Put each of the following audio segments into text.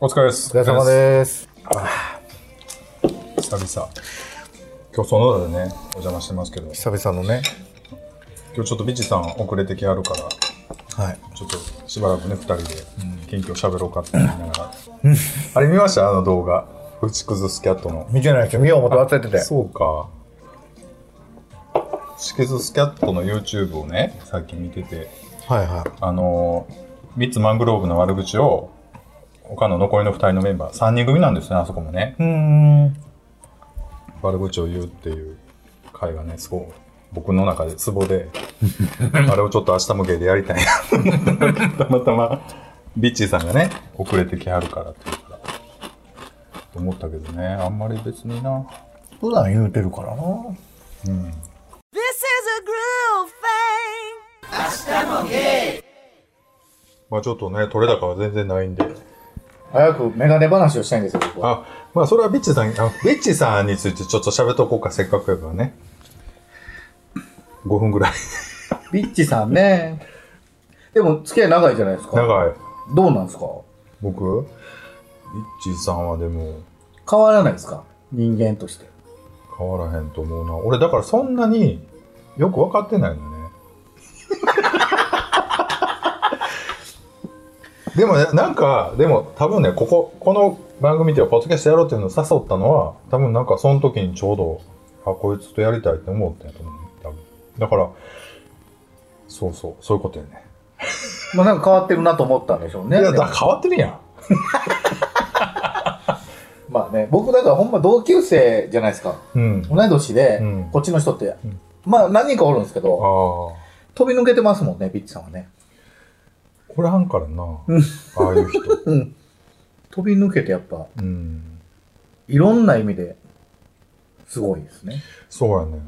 お疲れです。お疲れ様です。す。久々。今日そのだでね、お邪魔してますけど、久々のね。今日ちょっとビチさん遅れてきはるから、はい。ちょっとしばらくね、二人で近況喋ろうかって言いながら。あれ見ましたあの動画。打ち崩すキャットの。見てないですよ。見よう思って忘れてて。そうか。打ち崩すキャットの YouTube をね、さっき見てて、はいはあのー、ミッツマングローブの悪口を、他の残りの二人のメンバー、三人組なんですね、あそこもね。い。うーん。悪口を言うっていう回がね、すごい僕の中でツボで、 あれをちょっと明日もゲイでやりたいな。 たまたま、ビッチーさんがね、遅れてきはるからっていうから、と思ったけどね、あんまり別にな。普段言うてるからな。 This is a groove thing. まあちょっとね、取れ高は全然ないんで。早くメガネ話をしたいんですよ、僕は。あ、まあそれはビッチーさん、あビッチーさんについてちょっと喋っとこうか、せっかくやからね。5分ぐらい。ビッチさんね。でも、付き合い長いじゃないですか。い。長い。どうなんですか僕ビッチーさんはでも、変わらないですか人間として。変わらへんと思うな俺だからそんなによく分かってないのね でもねなんかでも多分ねこここの番組ではポッドキャストやろうっていうのを誘ったのは多分なんかその時にちょうどあこいつとやりたいって思ったんやと思うね多分だからそうそうそういうことやねまあなんか変わってるなと思ったんでしょういね。やでもだ変わってるやんまあね、僕だからほんま同級生じゃないですか。うん同い年で、うんこっちの人って、んまあ何人かおるんですけあど、あ飛び抜けてますもんね、ビッチさんはね。これはんからなああいう人うん。飛び抜けてやっぱ、うんいろんな意味で、すごいですね。そうやね。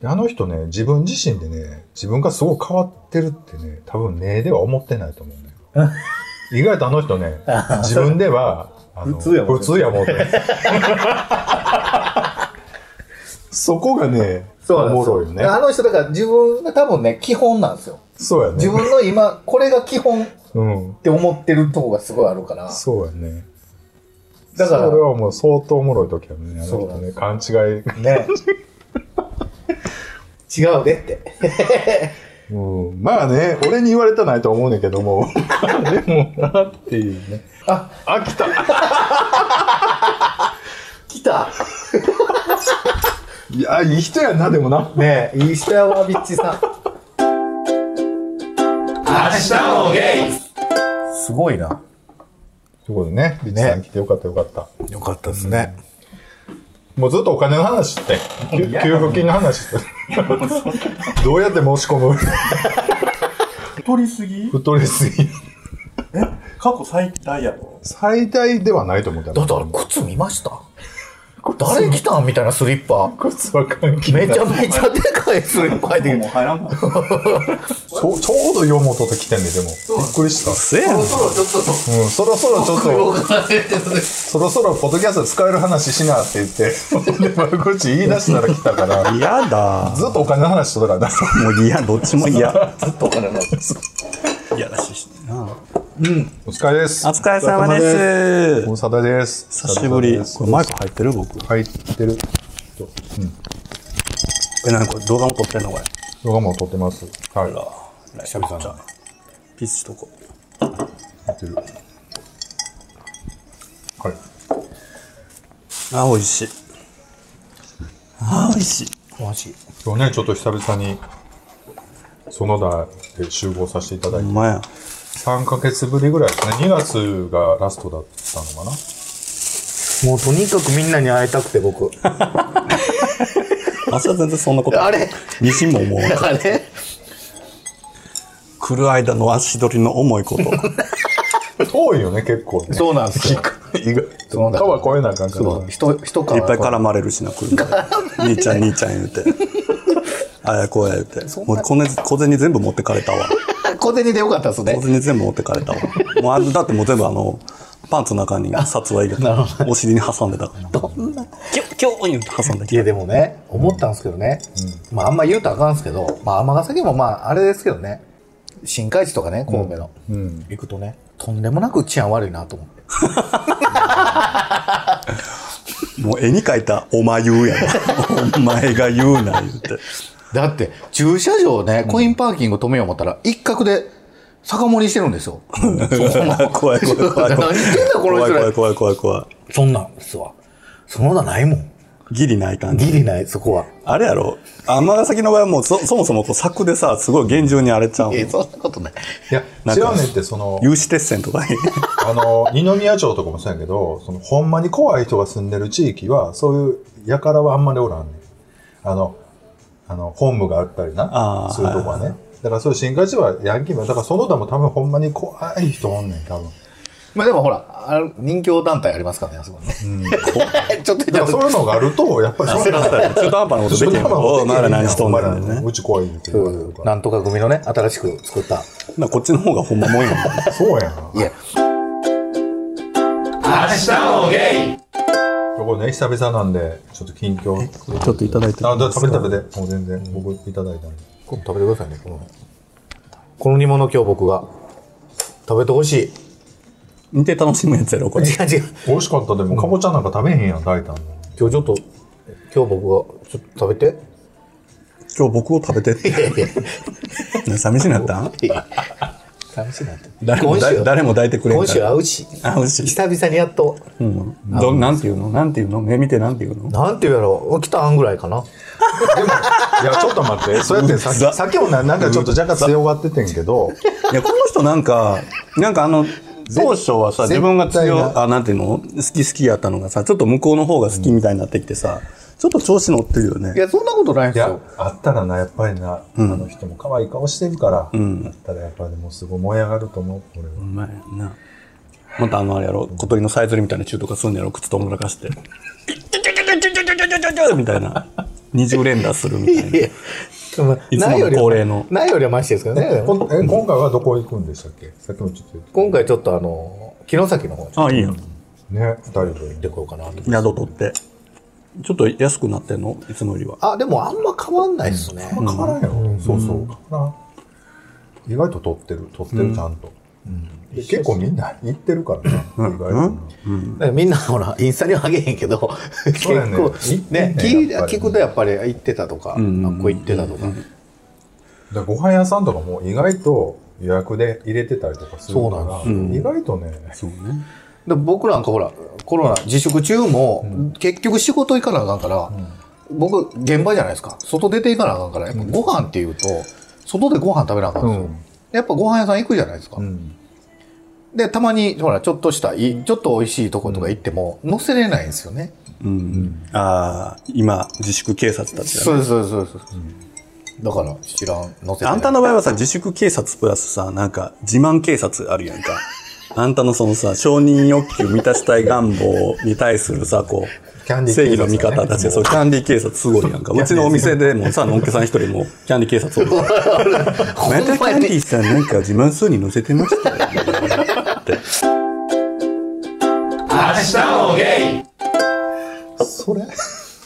であの人ね、自分自身でね、自分がすごい変わってるってね、多分ねでは思ってないと思う ね。意外とあの人ね、自分では、あの普通やもん普通や思う て。そこがね、おもろいよね。あの人、だから自分が多分ね、基本なんですよ。そうや自ね。分の今、これが基本っうん。て思ってるとこがすごいあるから。そうやね。だかそられはもう相当おもろい時やね。あのそう人なんでね、勘違い。ね。違うでって。うん、まあね、俺に言われたらないと思うねんけども。 でもなっていうね。あ、飽きた。来たいや、いい人やな、でもな。ねえ、いい人やわ、ビッチさん。明日もゲイすごいな。ということでね、ビッチさん来てよかったよかった。よかったですね。もうずっとお金の話して、給給付金の話して。 どうやって申し込 む 太りすぎ太りすぎ。過去最大やろ最大ではないと思っただってあれ靴見ました誰来たんみたいなスリッパ。靴は関係ない。めちゃめちゃでかいスリッパ入ってきてもう入らんかちょちょうどよもとって来てんで、でも。びっくりした。うん、そろそろちょっと、そろそろポッドキャスト使える話しなって言って、で悪口言い出したら来たから、嫌だずっとお金の話しとったからな。もう嫌どっちも嫌ずっとお金ない。いやらしいしなお疲れです。お疲れ様です大貞です。久しぶりお疲これれ様マでイク入ってる僕す入ってる。え何これ動画も撮ってんのこれ動画も撮ってます。はい。久々じゃあピッチとこやってる。はい。あ美味しいあ美味しい美味しい今日ね、ちょっと久々に、園田で集合させていただいほて、んまや3ヶ月ぶりぐらいですね。2月がラストだったのかな。 もうとにかくみんなに会いたくて僕。私は全然そんなことあれにしも思うあれ来る間の足取りの重いこと遠いよね、結構ね。 そうなんですよ。意外そうなんだ川越えなあかんから。そう、人、人かいっぱい絡まれるしな、車で。兄ちゃん、兄ちゃん言うて。あやこうや言うて。もう小ね小銭全部持ってかれたわ。小銭でよかったですね小。銭全部持ってかれたわ。もうあれだってもう全部あの、パンツの中に札は入れて、お尻に挟んでたから。どんな、キョキョーン言うて挟んでいきやでもね、思ったんですけどね。まああんま言うとあかんすけど、まあ尼崎もまああれですけどね。新海地とかね、神戸の、行くとね、とんでもなく治安悪いなと思って。もう絵に描いたお前言うやな。お前が言うな、言う て。だって、駐車場ね、コインパーキング止めよう思ったら、一角で酒盛りしてるんですよ。怖い怖い怖い怖何言ってんだい。この人ら怖い怖い怖い怖い。そんなんですわ。そんなんないもん。ギリない感じ。ギリない、そこは。あれやろ尼崎の場合はもうそそもそもこう柵でさ、すごい厳重に荒れちゃうもんえ、そんなことない。いや、なん違かうねんって、その、有刺鉄線とかに。あの、二宮町とかもそうやけど、その、ほんまに怖い人が住んでる地域は、そういう、やからはあんまりおらんねん。あの、あの、本部があったりあな、ーするとこはね。だからそういう新海地はヤンキーも、だからその他も多分ほんまに怖い人おんねん、多分。まあでもほら、あの人形団体ありますからね、あそこね。 ちょっとだから言っそういうのがあると、やっぱりそういうのが中途半端なことできへんから。おうお前ら何しとんねんね。うち怖いって言われるたかなら。んとか組のね、新しく作った。なこっちの方がほんまもんやもん。そうやん。いや、これね、久々なんで、ちょっと近況。ちょっといただいてあ、だ食べて食べて。もう全然、僕いただいたんで。これ食べてくださいね、この。この煮物今日僕が。食べてほしい。見て楽しむやつやろ、これ。違う違う。美味しかったでも、かぼちゃなんか食べへんやん、大胆の。今日ちょっと、今日僕が、ちょっと食べて。今日僕を食べ てって。ね寂しいなったん寂しいなって。誰も今週だ誰も抱いてくれん今か週ら。会うし。会うし久々にやっと。うん。ど、なんていうのなんていうの目見てなんていうのなんて言うやろう。来たんぐらいかな。でも、いや、ちょっと待って。 そうやってさっうざき、さっきもななんかちょっと若干強がっててんけど、いや、この人なんか、なんかあの、当初はさ、自分が絶対強い、なあ、なんていうの好き好きやったのがさ、ちょっと向こうの方が好きみたいになってきてさ、ちょっと調子乗ってるよね。や、そんなことないんいや。、あったらな、やっぱりな、あの人も可愛い顔してるから、あったらやっぱりもうすごい燃え上がると思う、俺うは。まいな。またあのあれやろ、小鳥のさえずりみたいなチューとかすんのやろ、靴ともらかして。 チュチュチュチュチュチュチュチュチュチュみたいな。二重連打するみたいな。いつもの恒例のないよりはマシですけどね。こんえ今回はどこ行くんでしたっけさっきもちょっと言って今回ちょっとあの、城崎の方に行あ、いいやん。ね、二人で。ってこようかなと。宿取って。ちょっと安くなってんのいつもよりは。あ、でもあんま変わんないですね。変わらんやろ、そうそう変わらん意外と撮ってる撮ってるちゃんと、で結構みんな行ってるからね、意外とな、だからみんなほら、インスタにはあげへんけど、結そうやね構行っ、てんねね、聞いやっぱり聞くとやっぱり行ってたとか、あっこ行ってたとか。でご飯屋さんとかも意外と予約で入れてたりとかするかそうなら、意外とね、そうね。で僕なんかほらコロナ自粛中も、結局仕事行かなあかんから、僕現場じゃないですか外出て行かなあかんからやっぱご飯っていうと外でご飯食べなあかんんですよ、うんやっぱご飯屋さん行くじゃないですか、うん、でたまにほらちょっとしたいちょっと美味しいとことか行っても載せれないんですよね、うん。ああ、今、自粛警察たちやねそうですそうですそうです、だから知らん載せてないあんたの場合はさ、自粛警察プラスさ、なんか、自慢警察あるやんか。あんたのそのさ、承認欲求満たしたい願望に対するさ、こキャンう、ディー警察正義だのね味方たち、そう、キャンディー警察すごいやんか。うちのお店でもさ、のんけさん一人も、キャンディー警察を。またキャンディーさんなんか自慢そうに乗せてましたよって。それ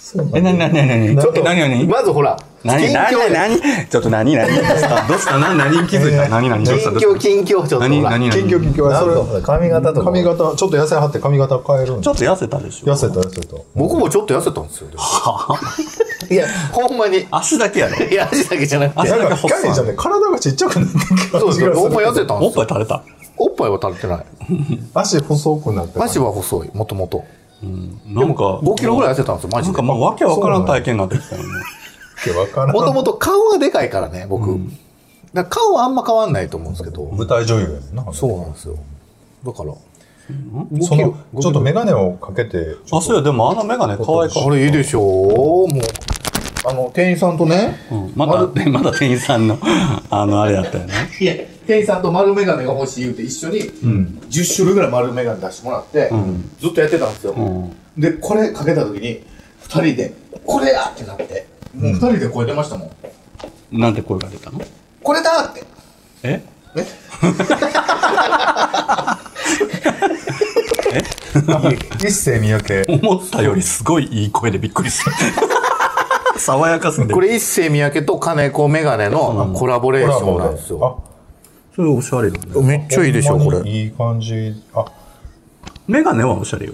そうなんだえ、なになになになにちょっと、なになにまずほら何近況何何ちょっと何何どうしたどうした何何気づいた何何どうしたどう近況近況したちょっとほら何何近況近況なんかそほら髪型とれか髪型ちょっと痩せ張って髪型変えるんちでょっと痩せたでしょ痩せた痩せた僕もちょっと痩せたんですよでもいやほんまに足だけやろ。いや、足だけじゃなくて。足なだんけか細キャリーじゃね体がちっちゃくなってきたそうですよ。ほんま痩るせたんおでっすよ。ぱい垂れた。おっぱいは垂れてない。足細くなって足は細い、もともと。なんか、 5キロぐらい痩せたんですよ、マなジんで。かもまあ、わけわからん体験になってきたよね。けわからんともと顔がでかいからね、僕。だから顔はあんま変わんないと思うんですけど。舞台女優やねんなそうなんですよ。だから。そ5キのロ。ちょっと眼鏡をかけて、ちょあ、っとそうや、でもあのメガネ可愛かっあれいいでしょうもう。あの、店員さんとね。た。うんまだ、 まだ店員さんの、あの、あれやったよね。いや、店員さんと丸眼鏡が欲しい言うて一緒に10種類ぐらい丸眼鏡出してもらって、ずっとやってたんですよ、でこれかけた時に2人で「これだ!」ってなってもう2人で声出ましたもん「なんて声が出たのこれだ!」ってええ一世三宅。思ったよりすごいいい声でびっくり した。爽やかすぎて。これ一世三宅と金子眼鏡のコラボレーションなんですよあ、それおしゃれよね。めっちゃいいでしょ、こほんまれ。にいい感じ。あ、メガネはおしゃれよ。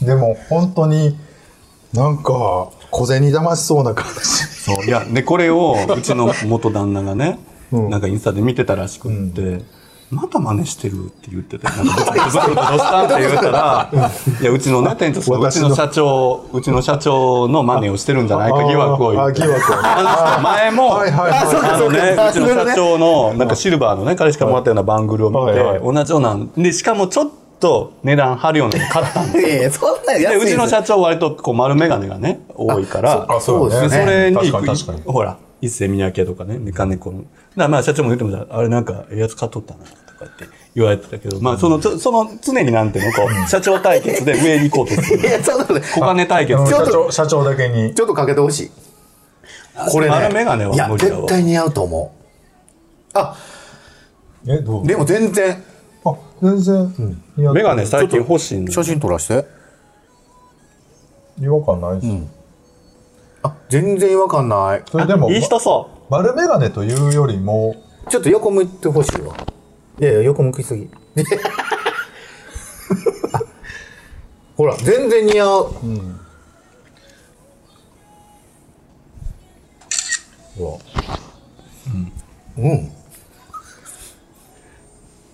でも本当になんか小銭騙しそうな感じ。そういやでこれをうちの元旦那がね、なんかインスタで見てたらしくって、また真似してるって言ってて、なんかブツブツブツブツどうしたんって言ったら、いや、うちのね、店長さん、う私ちのの社長、うちの社長の真似をしてるんじゃないか疑惑を言あっ疑て。惑。あの人前も、はいはいはいあそうかあのね、うちの社長の、なんかシルバーのね、彼しかもらったようなバングルを見て、はいはい同じようなんで、しかもちょっと値段張るようなの買ったんですよ。ええ、そんなで、安ういちのですよ社長割とこう丸眼鏡がね、多いから、あ、そうだでね。それに確行かくに確かに。ほら一世三宅とかねメカネコのだからまあ社長も言ってもたあれなんかええやつ買っとったなとかって言われてたけど、まあそのちょその常になんていうのこう社長対決で上に行こうとす るいや、そんなことない小金対決うんちょっ社と長社長だけにちょっとかけてほしい。これ丸眼鏡いやは、無理だ絶わ対似合うと思えどうう。でも全然、あ全然、いや眼鏡最近欲しいの写真撮らして。違和感ないです、あ、全然違和感ない。それでもいい人そ丸眼鏡というよりもちょっと横向いてほしいわ。いやいや、横向きす ぎ。ほら、全然似合う。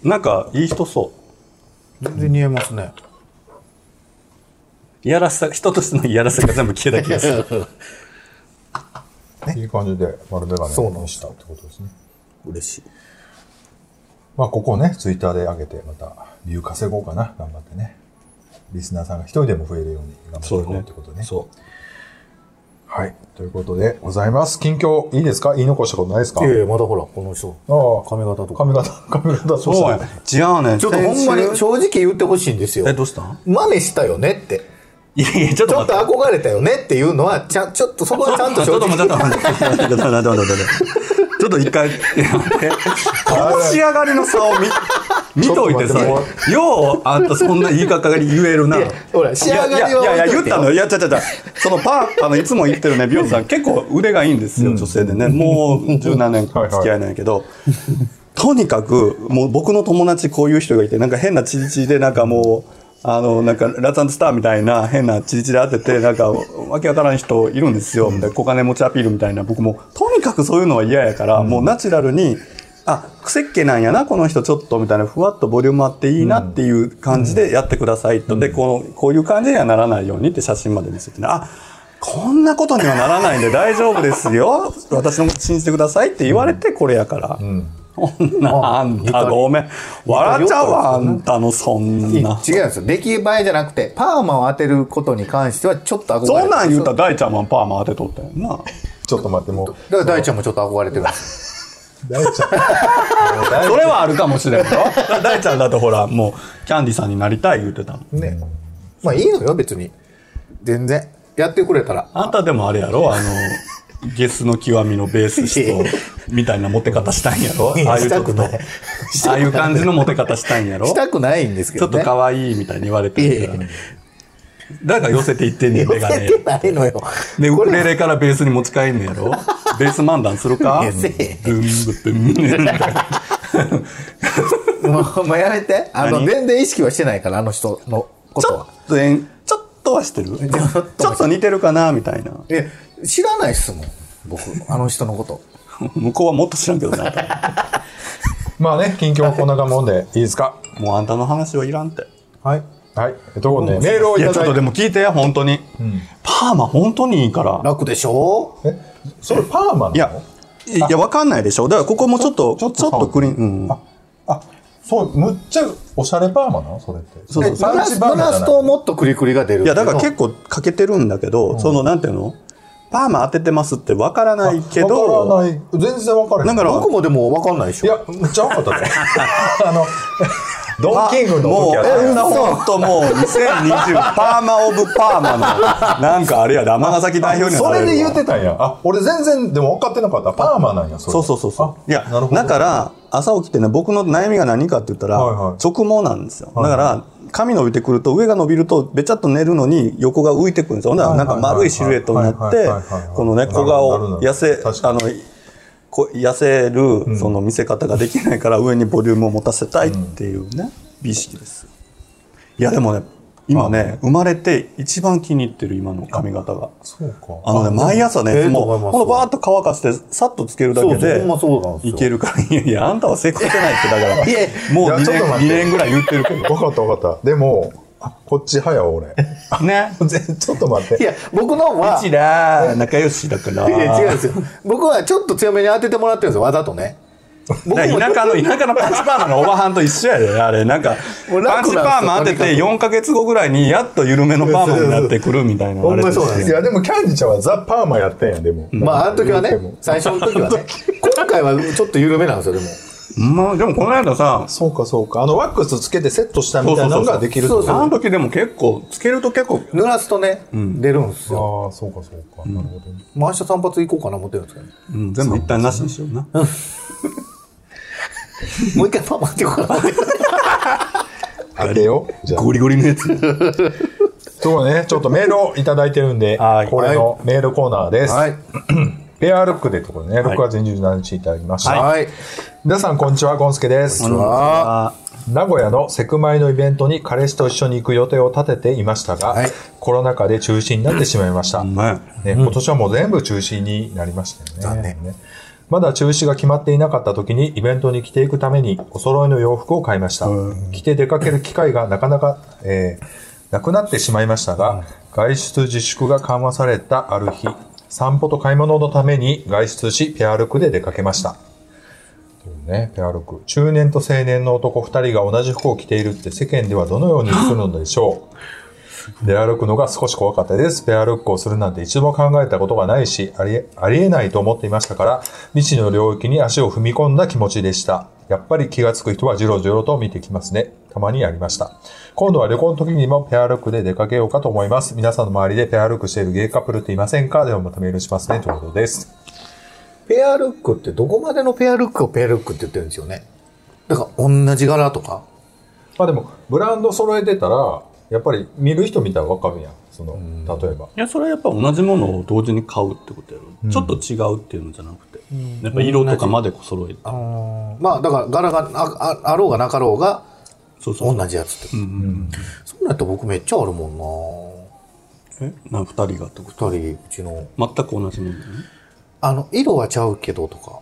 うなんかいい人そう全然似合いますね。いやらしさ人としてのいやらしさが全部消えた気 がするいい感じで丸眼そう鏡なにんでしたってことですね 嬉しい。まあここをねツイッターで上げてまた理由稼ごうかな頑張ってねリスナーさんが一人でも増えるように頑張っていこうってことねそうはいということでございます近況いいですか言い残したことないですかいやいや、まだほら、この人。ああ髪型とか髪型髪型そうそうやね違うねちょっとほんまに正直言ってほしいんですよえ。どうしたん真似したよねって。いやいやちょっちとょっ待とって憧れたよねっていうのは、ちゃん、ちょっとそこはちゃんとちょ正っと直。待って、ちょっと待って、ちょっと待って、ちょっと一回、この仕上がりの差を見、見といてさ、よう、あんたそんな言いかかり言えるな。ほら、仕上がりはいやいやいや置言いといってたのよいやちゃちゃちゃそのパーあのいつも言ってるね美容師さん結構腕がいいんですよ、女性でねもう十何年付き合いなんやけど、とにかくもう僕の友達こういう人がいてなんか変なチリチリでなんかもうあのなんかラザンスターみたいな変なチリチリ当ててなんかわけわからん人いるんですよみたいな小金持ちアピールみたいな僕もとにかくそういうのは嫌やから、もうナチュラルに。あ、癖っ気なんやな、この人ちょっとみたいな、ふわっとボリュームあっていいなっていう感じでやってくださいと。で、この、こういう感じにはならないようにって写真まで見せてね、あ、こんなことにはならないんで大丈夫ですよ。私のこと信じてくださいって言われてこれやから。こんな、あんたごめん。笑っちゃうわ、あんたのそんな。違うんですよ。出来栄えじゃなくて、パーマを当てることに関してはちょっと憧れてる。そんなん言うたら大ちゃんはパーマ当てとったよな。ちょっと待ってもうだから大ちゃんもちょっと憧れてるんです。大ちゃんもう大それはあるかもしれんよ。 大ちゃんだとほら、もう、キャンディさんになりたい言うてたもん。ね。まあいいのよ、別に。全然。やってくれたら。あんたでもあれやろあの、ゲスの極みのベース室をみたいなモテ方したいんやろああいうしたとくこなとい。ああいう感じのモテ方したいんやろしたくないんですけちょどっね。と可愛いみたいに言われてるからいやいだから寄せていってんねん、メガネ寄。せてないのよ。で、ウこクれレレからベースに持ち帰んね やろベース漫談するかいやせえブンブンブンみたいなもうもうやめて。あの、何全然意識はしてないから、あの人のこちとょはっ。とえん、ちょっとはして るょっとちょっと似てるかなみたいな。え、知らないっすもん。僕、あの人のこと。向こうはもっと知らんけどな。 まあね近況はこんなもんでいいですかもうあんたの話はいらんって。はいはいえっとねメールをいいやたちょだっいとてでも聞いて本当に、パーマ本当にいいから楽でしょえそれパーマなのいやいやわかんないでしょだからここもちょっとちちょょっっととクリーン、うん、ああそうむっちゃおしゃれパーマなのそれってそうそうブラス、ブラストをもっとクリクリが出る。いやだから結構欠けてるんだけど、そのなんていうのパーマ当ててますってわからないけわからどない全然わからないだから僕もでも分かんないでしいょ。やむっちゃわかったであの ドンキングのもう時やったえやんなほんともう2020パーマオブパーマのなんかあれやで尼崎代表にそはなれるわで言ってたんやあ俺全然でも分かってなかったパーマなんやそれそうそうそうそう。いや、なるほどだから、朝起きてね、僕の悩みが何かって言ったら、はいはい直毛なんですよ。だから、髪伸びてくると、上が伸びると、べちゃっと寝るのに横が浮いてくるんですよ。ほんなら、はいなはんいか丸いシルエットになっはいてはいはいはいはい、このなね、るほど小顔、なるほど痩せ、確あかの、こう痩せるその見せ方ができないから上にボリュームを持たせたいっていうね、美意識ですいやでもね今ね生まれて一番気に入ってる今の髪型がそうかあのね毎朝ええねとも思いうますこのバーッと乾かしてさっとつけるだけそうそうでほんまそうなんですよいけるから いやいやあんたは成功してないってだからもう2いやちょっと待年二って年ぐらい言ってるけど分かった分かった。でも、あこっち早俺。ね全ちょっと待っいて。や僕のはうちら仲良しだからいや違うんですよ僕はちょっと強めに当ててもらってるんですよわざとね僕な田舎の田舎のパンチパーマのおばはんと一緒やであれなんかもう楽パなンんチですよパーマ当てて4か月後ぐらいにやっと緩めのパーマになってくるみたいなほあんれまにとそうなんでいすや、でもキャンディちゃんはザ・パーマやってんやん、でも。まああの時は言うてもね最初の時は ね今回はちょっと緩めなんですよでもまあでもこの間さそうかそうか。あのワックスつけてセットしたみたいなのができるってそこうとそあの時でも結構つけると結構濡らすとね、出るんですよああ、そうかそうか。なるほどね。まあ明日散髪行こうかな思ってるんですけどねうん全部一旦なしにしようなもう一回パーマ当てようかなって当てよう。じゃあ。ゴリゴリのやつ そうね、ちょっとメールをいただいてるんではい、これのメールコーナーです。はい ペアルックでところでね、6月27日いただきました。はい皆さん、こんにちは、ゴンスケです。あ名古屋のセクマイのイベントに彼氏と一緒に行く予定を立てていましたが、はいコロナ禍で中止になってしまいました。んまやね、今年はもう全部中止になりましたよね。残念ねまだ中止が決まっていなかった時にイベントに着ていくためにお揃いの洋服を買いました。着て出かける機会がなかなか、えーなくなってしまいましたが、外出自粛が緩和されたある日、散歩と買い物のために外出し、ペアルックで出かけました。ね、ペアルック。中年と青年の男2人が同じ服を着ているって世間ではどのように映るのでしょう。出歩くのが少し怖かったです。ペアルックをするなんて一度も考えたことがないし、ありえありえないと思っていましたから、未知の領域に足を踏み込んだ気持ちでした。やっぱり気がつく人はじろじろと見てきますね。たまにやりました。今度は旅行の時にもペアルックで出かけようかと思います。皆さんの周りでペアルックしているゲイカップルっていませんかではまたメールしますね。ということです。ペアルックってどこまでのペアルックをペアルックって言ってるんですよねだから同じ柄とかまあでもブランド揃えてたらやっぱり見る人見たら分かるやんその例えばいやそれはやっぱ同じものを同時に買うってことやろ、ちょっと違うっていうのじゃなくて、やっぱ色とかまでこう揃えてまあだから柄があああろうがなかろうがそうそう同じやつって、そんなんやったら僕めっちゃあるもえな2人がってこんな二人うちのと全く同じものだねあの色はちゃうけどとか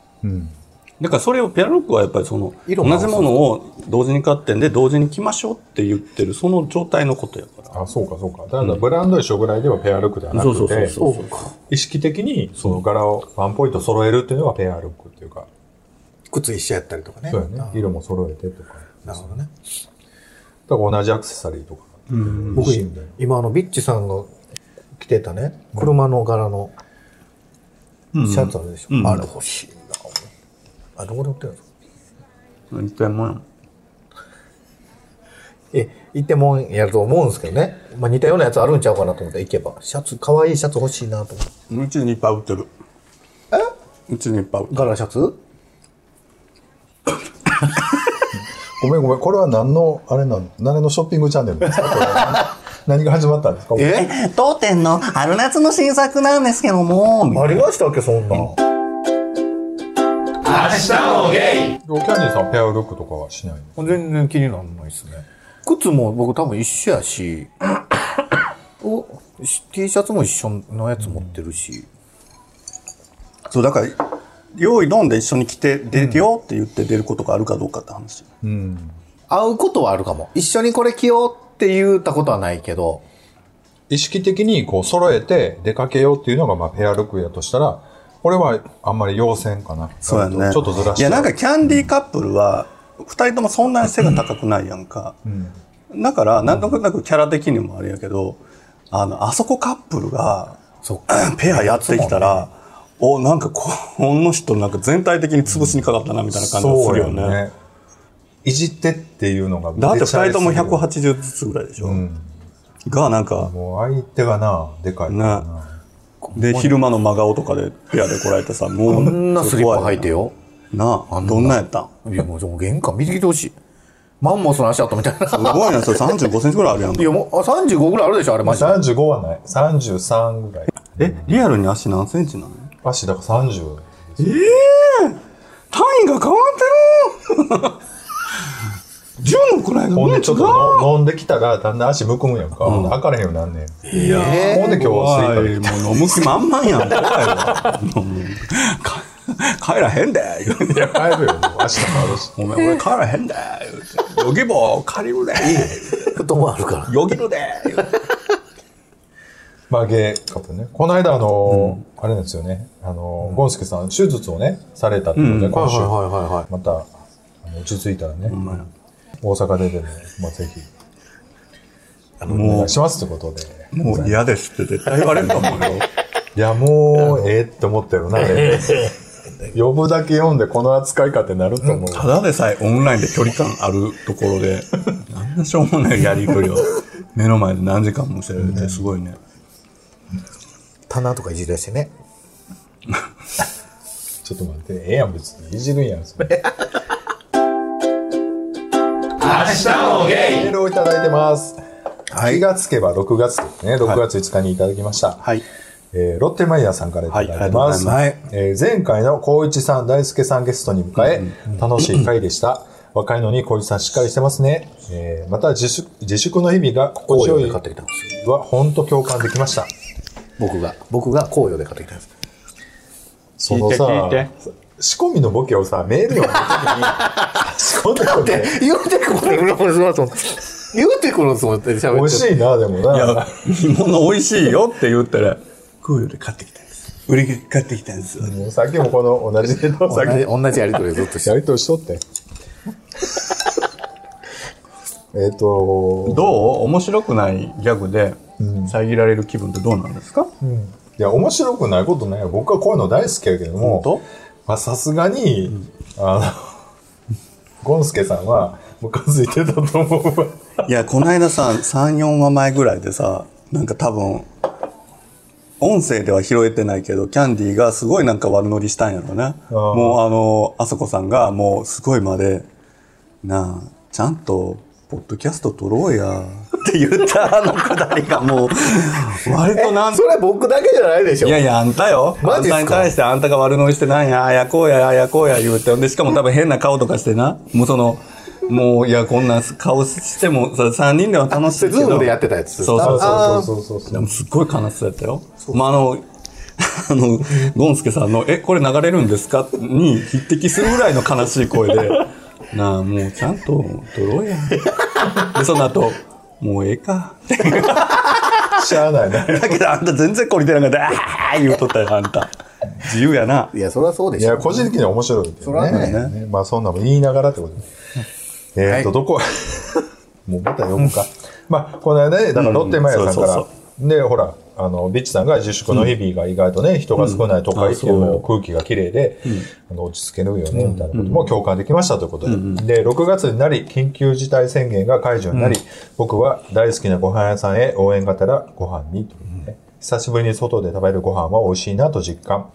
だからそれをペアロックはやっぱりその同色がじものを同時に買ってんで同時に着ましょうって言ってるその状態のことやからあそうかそうかだからブランド一緒ぐらいではペアルックではなそうくそうそうてそう意識的にその柄をワンポイント揃えるっていうのがペアルックっていうか靴一緒やったりとかねそうやね色も揃えてとかあなるほどねだから同じアクセサリーとか僕欲しいんだよ今あのビッチさんが着てたね車の柄のシャツあるでしょ、あれ欲しいなあどこで売ってるんですか何回もやんえ、行ってもんやると思うんですけどね。まあ似たようなやつあるんちゃうかなと思って行けば。シャツ、可愛いシャツ欲しいなと思って。うちにいっぱい売ってるえうちにいっぱい売ってる柄シャツごめんごめんこれは何のあれなん何のショッピングチャンネルですかこれ は何が始まったんですかえ当店の春夏の新作なんですけども、ありましたっけ、そんなん。おキャンディーさんはペアルックとかはしないの全然気にならないですね。靴も僕多分一緒や し、お、し T シャツも一緒のやつ持ってるし。そうだから用意ドンで一緒に着て出るよって言って出ることがあるかどうかって話、合うことはあるかも。一緒にこれ着ようって言ったことはないけど、意識的にこう揃えて出かけようっていうのがまあペアルックやとしたら、これはあんまり要戦かな。そうやねちょっとずらして。いやなんかキャンディーカップルは2人ともそんなに背が高くないやんか、だからなんとなくキャラ的にもあれやけどあのあそこカップルが そっペアやってきたら、おなんかここの人なんか全体的に潰しにかかったなみたいな感じがすそうるよよねね。いじってっていうのがだって2出ちゃい人ともすぎる180ずつぐらいでしょ、がなんかもう相手がな、でかいからな。で昼間の真顔とかでペアで来られてさもうこんなスリッパ履いてよ。なあどんなんやったんいや、もうその玄関見てきてほしい。マンモスの足跡みたいな。すごいな、それ35センチぐらいあるやんい。や、もう、あ、35ぐらいあるでしょ、あれマジで。 35はない。33ぐらい。え、リアルに足何センチなの足だから30。いええ単位が変わ ってる10のくらいがほんもう違でうちょっとの飲んできたらだんだん足むくむやんか、ほんで開かれへんようになんねんいやーほんで今日は怖いもう飲む気満々やん怖いわもうか帰らへんで言うて帰るよもう足とかあるしお前俺帰らへんで言うてヨギボー借りるで布団はあるから。よぎるで言うて曲げ方ねこの間あの、あれなんですよねあの、ゴンスケさん手術をねされたってことで、今週、はいはいはいはい。またあの落ち着いたらね、大阪ででも、まあ、ぜひあのお願いしますってことでもう嫌ですって絶対言われると思うよいやもうええって思ったよなあ れ呼ぶだけ読んでこの扱いかってなると思う、ただでさえオンラインで距離感あるところ で、あんなしょうもないやりとりを目の前で何時間もしてるってすごいね。棚とかいじり出してね。ちょっと待ってええやん別にいじるんやんそれメールをいただいてます。気がつけば6月ですね。6月5日にいただきました。はい。えーロッテマイヤーさんからいただいてます。はいありえー前回の光一さん、大輔さんゲストに迎え、楽しい回でした。若いのに光一さんしっかりしてますね。えーまた自粛自粛の日々が心地よ紅葉いで買ってきたんですよ。は本当共感できました。僕が。僕が紅葉で買ってきたんです。そのさ、仕込みのボケをさ、メール読んで仕 込んでくれて。言うてこれ、裏もしますもん。言うてこのつもりで美喋っ味てる。しいな、でもな。いや、煮物美味しいよって言ったら、クールで買ってきたんです。売り切り買ってきたんです。もうさっきもこの同じネタをさっき同じ同じやりとりをずっとしてやりとりしと って。えっと、どう面白くないギャグで遮られる気分ってどうなんですか、いや、面白くないことないよ。僕はこういうの大好きやけども本、まあさすがに、あの、ゴンスケさんは、ムカついてたと思うわ。いや、この間さ、3、4話前ぐらいでさ、なんか多分、音声では拾えてないけど、キャンディーがすごいなんか悪乗りしたんやろうね。ーもうあの、あそこさんがもうすごいまで、なあ、ちゃんと、ポッドキャスト撮ろうや、って言ったあのくだりがもう、割となんそれ僕だけじゃないでしょいやいや、あんたよ。あマんジっすかたに対してあんたが悪乗りしてなんや、あやこうや、あやこうや言うて。で、しかも多分変な顔とかしてな。もうその、もう、いや、こんな顔しても、それ3人では楽しいけど。ズームでやってたやつそうそうそう。そうそうそうそうで。もすっごい悲しそうやったよ。まあ、あの、 あの、ゴンスケさんの、え、これ流れるんですかに匹敵するぐらいの悲しい声で、 なあ、もうちゃんと撮ろうや。で、その後、もうええか。しゃあないな。だけどあんた全然こりてなかった。ああ言うとったよ、あんた。自由やな。いやそれはそうでいしょや、個人的には面白いけどそらね。ねねまあ、そんなも言いながらって ことで。えっと、どこ、 もうまた読むか。まあ、この間ね、だからロッテマイヤーさんかうんそうら、で、ほら、あの、ビッチさんが自粛の日々が意外とね、人が少ない都会っていうのを空気が綺麗で、あの落ち着けるよね、みたいなことも共感できましたということで。で、6月になり、緊急事態宣言が解除になり、僕は大好きなご飯屋さんへ応援がてらご飯にというね。久しぶりに外で食べるご飯は美味しいなと実感。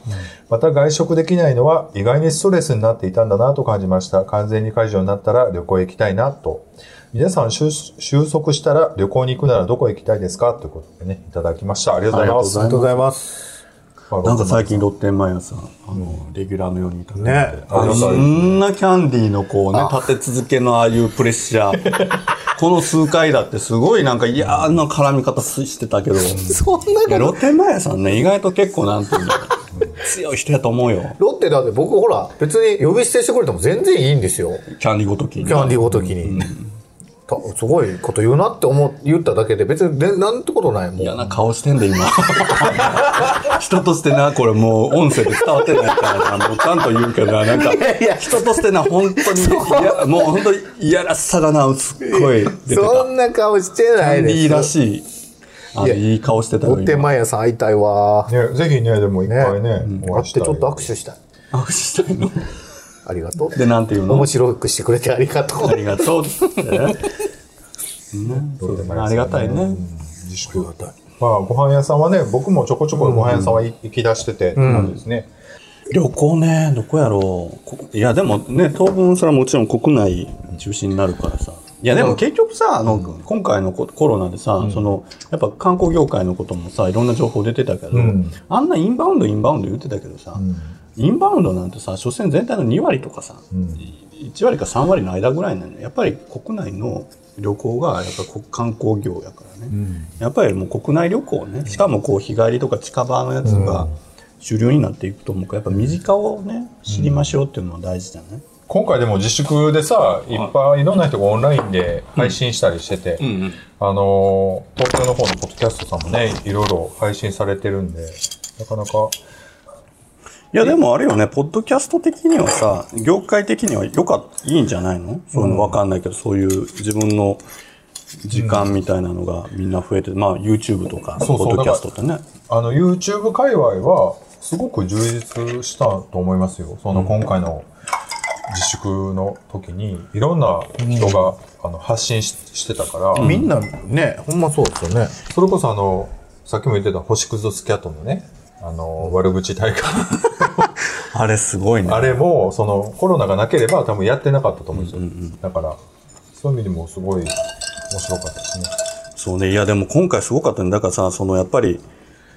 また外食できないのは意外にストレスになっていたんだなと感じました。完全に解除になったら旅行へ行きたいなと。皆さん収収束したら旅行に行くならどこへ行きたいですかということでね、いただきました。ありがとうございます。ありがとうございますまあなんか最近ロッテンマイヤーさん、あの、レギュラーのようにいただいてねあのそんなキャンディーのこうね、立て続けのああいうプレッシャー。 この数回だってすごいなんか嫌な絡み方すして たけど。そんなでロッテンマイヤーさんね、意外と結構なんていうの、強い人やと思うよ。ロッテだって僕ほら別に呼び捨てしてくれても全然いいんですよキャンディーごときに。キャンディーごときに、たすごいこと言うなって思う言っただけで別にでなんてことないも嫌んな顔してんで、今。 人としてな、これもう音声で伝わってないからな、もうちゃんと言うけどな、なんか、人としてな、本当に、いや、もう本当に嫌らしさがな、すっごい出てた。そんな顔してなキャいンディーらですしい、あのいやいい顔してたロよ、ッテ今。マイヤーさん会いたいわね、ぜひね、でも一回ね、お会会いっしたていちょっと握手したい握手したいの。ありがとうで、なんていうの面白くしてくれてありがとうありがとうって。ねそうだねありがたいね。自粛まあ、ご飯屋さんはね、僕もちょこちょこご飯屋さんは行行き出してて、なんですね。旅行ね、どこやろうこ。いや、でもね、当分それはもちろん国内中心になるからさ。いや、でも結局さ、あの、今回のココロナでさ、その、やっぱ観光業界のこともさ、いろんな情報出てたけど、んあんなインバウンド、インバウンド言ってたけどさ、インバウンドなんてさ、所詮全体の2割とかさ、1割か3割の間ぐらいなんで、やっぱり国内の旅行が、やっぱ国観光業やからね、やっぱりもう国内旅行ね、しかもこう日帰りとか近場のやつが主流になっていくと思うから、やっぱ身近をね、知りましょうっていうのは大事だね。今回でも自粛でさ、いっぱいいろんな人がオンラインで配信したりしてて、あのー、東京の方のポッドキャストさんもね、いろいろ配信されてるんで、なかなか、いや、でもあれよね、ポッドキャスト的にはさ、業界的にはよかった、いいんじゃないのそういうのわかんないけど、そういう自分の時間みたいなのがみんな増えて、まあ YouTube とか、そポうそうッドキャストってね。あの、YouTube 界隈は、すごく充実したと思いますよ。その、今回の自粛の時に、いろんな人が、あの発信ししてたから、みんなね、ほんまそうですよね。それこそあの、さっきも言ってた星屑スキャットのね、あの、悪口大 会。あれすごいね。あれも、その、コロナがなければ多分やってなかったと思うんですよ。だから、そういう意味でもすごい面白かったですね。そうね。いや、でも今回すごかったね。だからさ、そのやっぱり、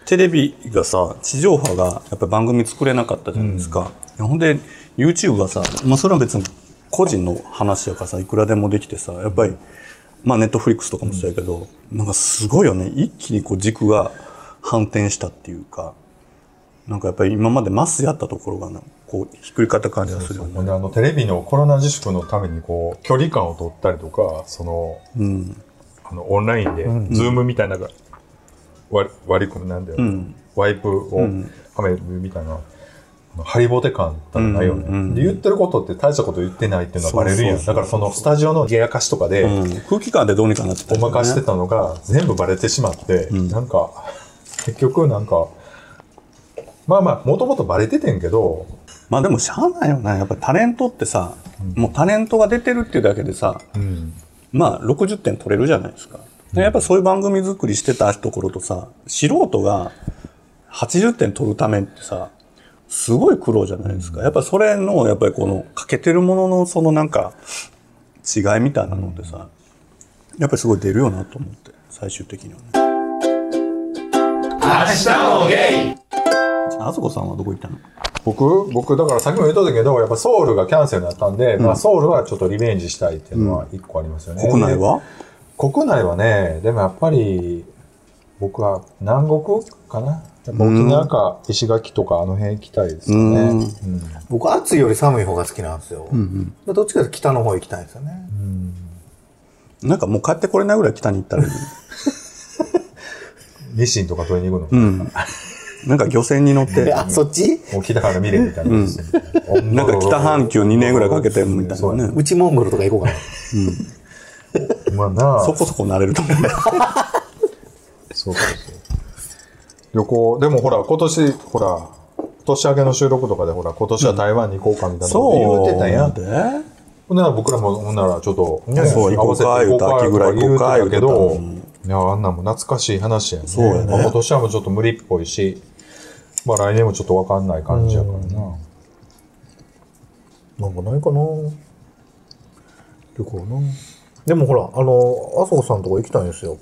テレビがさ、地上波がやっぱり番組作れなかったじゃないですか。いやほんで、YouTube がさ、まあそれは別に個人の話やからさ、いくらでもできてさ、やっぱり、まあネットフリックスとかもそうやけど、なんかすごいよね。一気にこう軸が反転したっていうか、なんかやっぱり今までマスやったところがな、こう、ひっくり返った感じがするよね。ほんであの、テレビのコロナ自粛のためにこう、距離感を取ったりとか、その、あの、オンラインで、ズームみたいなのが、割割り込みなんだよ、ワイプをはめるみたいな、あのハリボテ感ったらないよね、で、言ってることって大したこと言ってないっていうのはバレるやん。そうそだうそうからそのスタジオの冷やかしとかで、うん、空気感でどうにかなってごたよねまかしてたのが全部バレてしまって、なんか、結局なんか、まあまあ、もともとバレててんけど、まあでもしゃあないよな。やっぱりタレントってさ、もうタレントが出てるっていうだけでさ、まあ60点取れるじゃないですか。やっぱそういう番組作りしてたところとさ、素人が80点取るためってさ、すごい苦労じゃないですか。やっぱそれの、やっぱりこの欠けてるもののそのなんか違いみたいなのってさ、やっぱりすごい出るよなと思って、最終的にはね。明日もゲイあそこさんはどこ行ったの僕、僕、だからさっきも言っとったけど、やっぱソウルがキャンセルになったんで、まあソウルはちょっとリベンジしたいっていうのは一個ありますよね。国内は国内はね、でもやっぱり、僕は南国かなやっぱ沖縄か石垣とかあの辺行きたいですよね。うんうん 僕、暑いより寒い方が好きなんですよ。どっちかというと北の方行きたいんですよね。なんかもう帰ってこれないぐらい北に行った らいい。ニシンとか取りに行くうの、ん。なんか漁船に乗って、あ、そっち沖縄から見れみたいな。なんか北半球2年ぐらいかけてみたいそうやなね。内モンゴルとか行こうかな。まあなあそこそこ慣れると思う。そうそうそう。旅行、でもほら、今年、ほら、年明けの収録とかでほら、今年は台湾に行こうかみたいなこと言ってたやん。で。ほんなら僕らも、ほんならちょっと、ねそう行こうか合わせて行こうか言うたら秋ぐらい行こうか言うてたけ言うどてたのに、いや、あんなんも懐かしい話やね。そうやねまあ今年はもうちょっと無理っぽいし、まあ来年もちょっとわかんない感じやからな。なんかないかな旅行なでもほら、あの、麻生さんとか行きたいんですよ。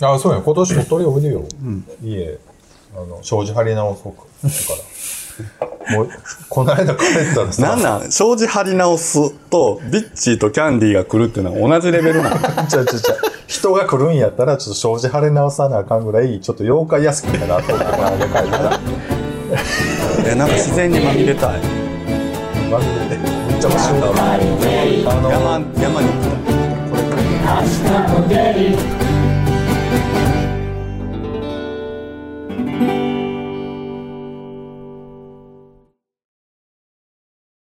あ、そうや、今年鳥取おいでよ。家、あの、障子張り直そうか。だから。もう、この間帰ったらさ、 なんなん障子張り直すと、ビッチーとキャンディーが来るっていうのは同じレベルなの。ちゃちゃちゃ。人が来るんやったら、ちょっと障子晴れ直さなあかんぐらい、ちょっと妖怪安くみたいなと思って、この間帰 ったら、 え、なんか自然にまみれたい。マジで、めっちゃ面白かった。山、山に行き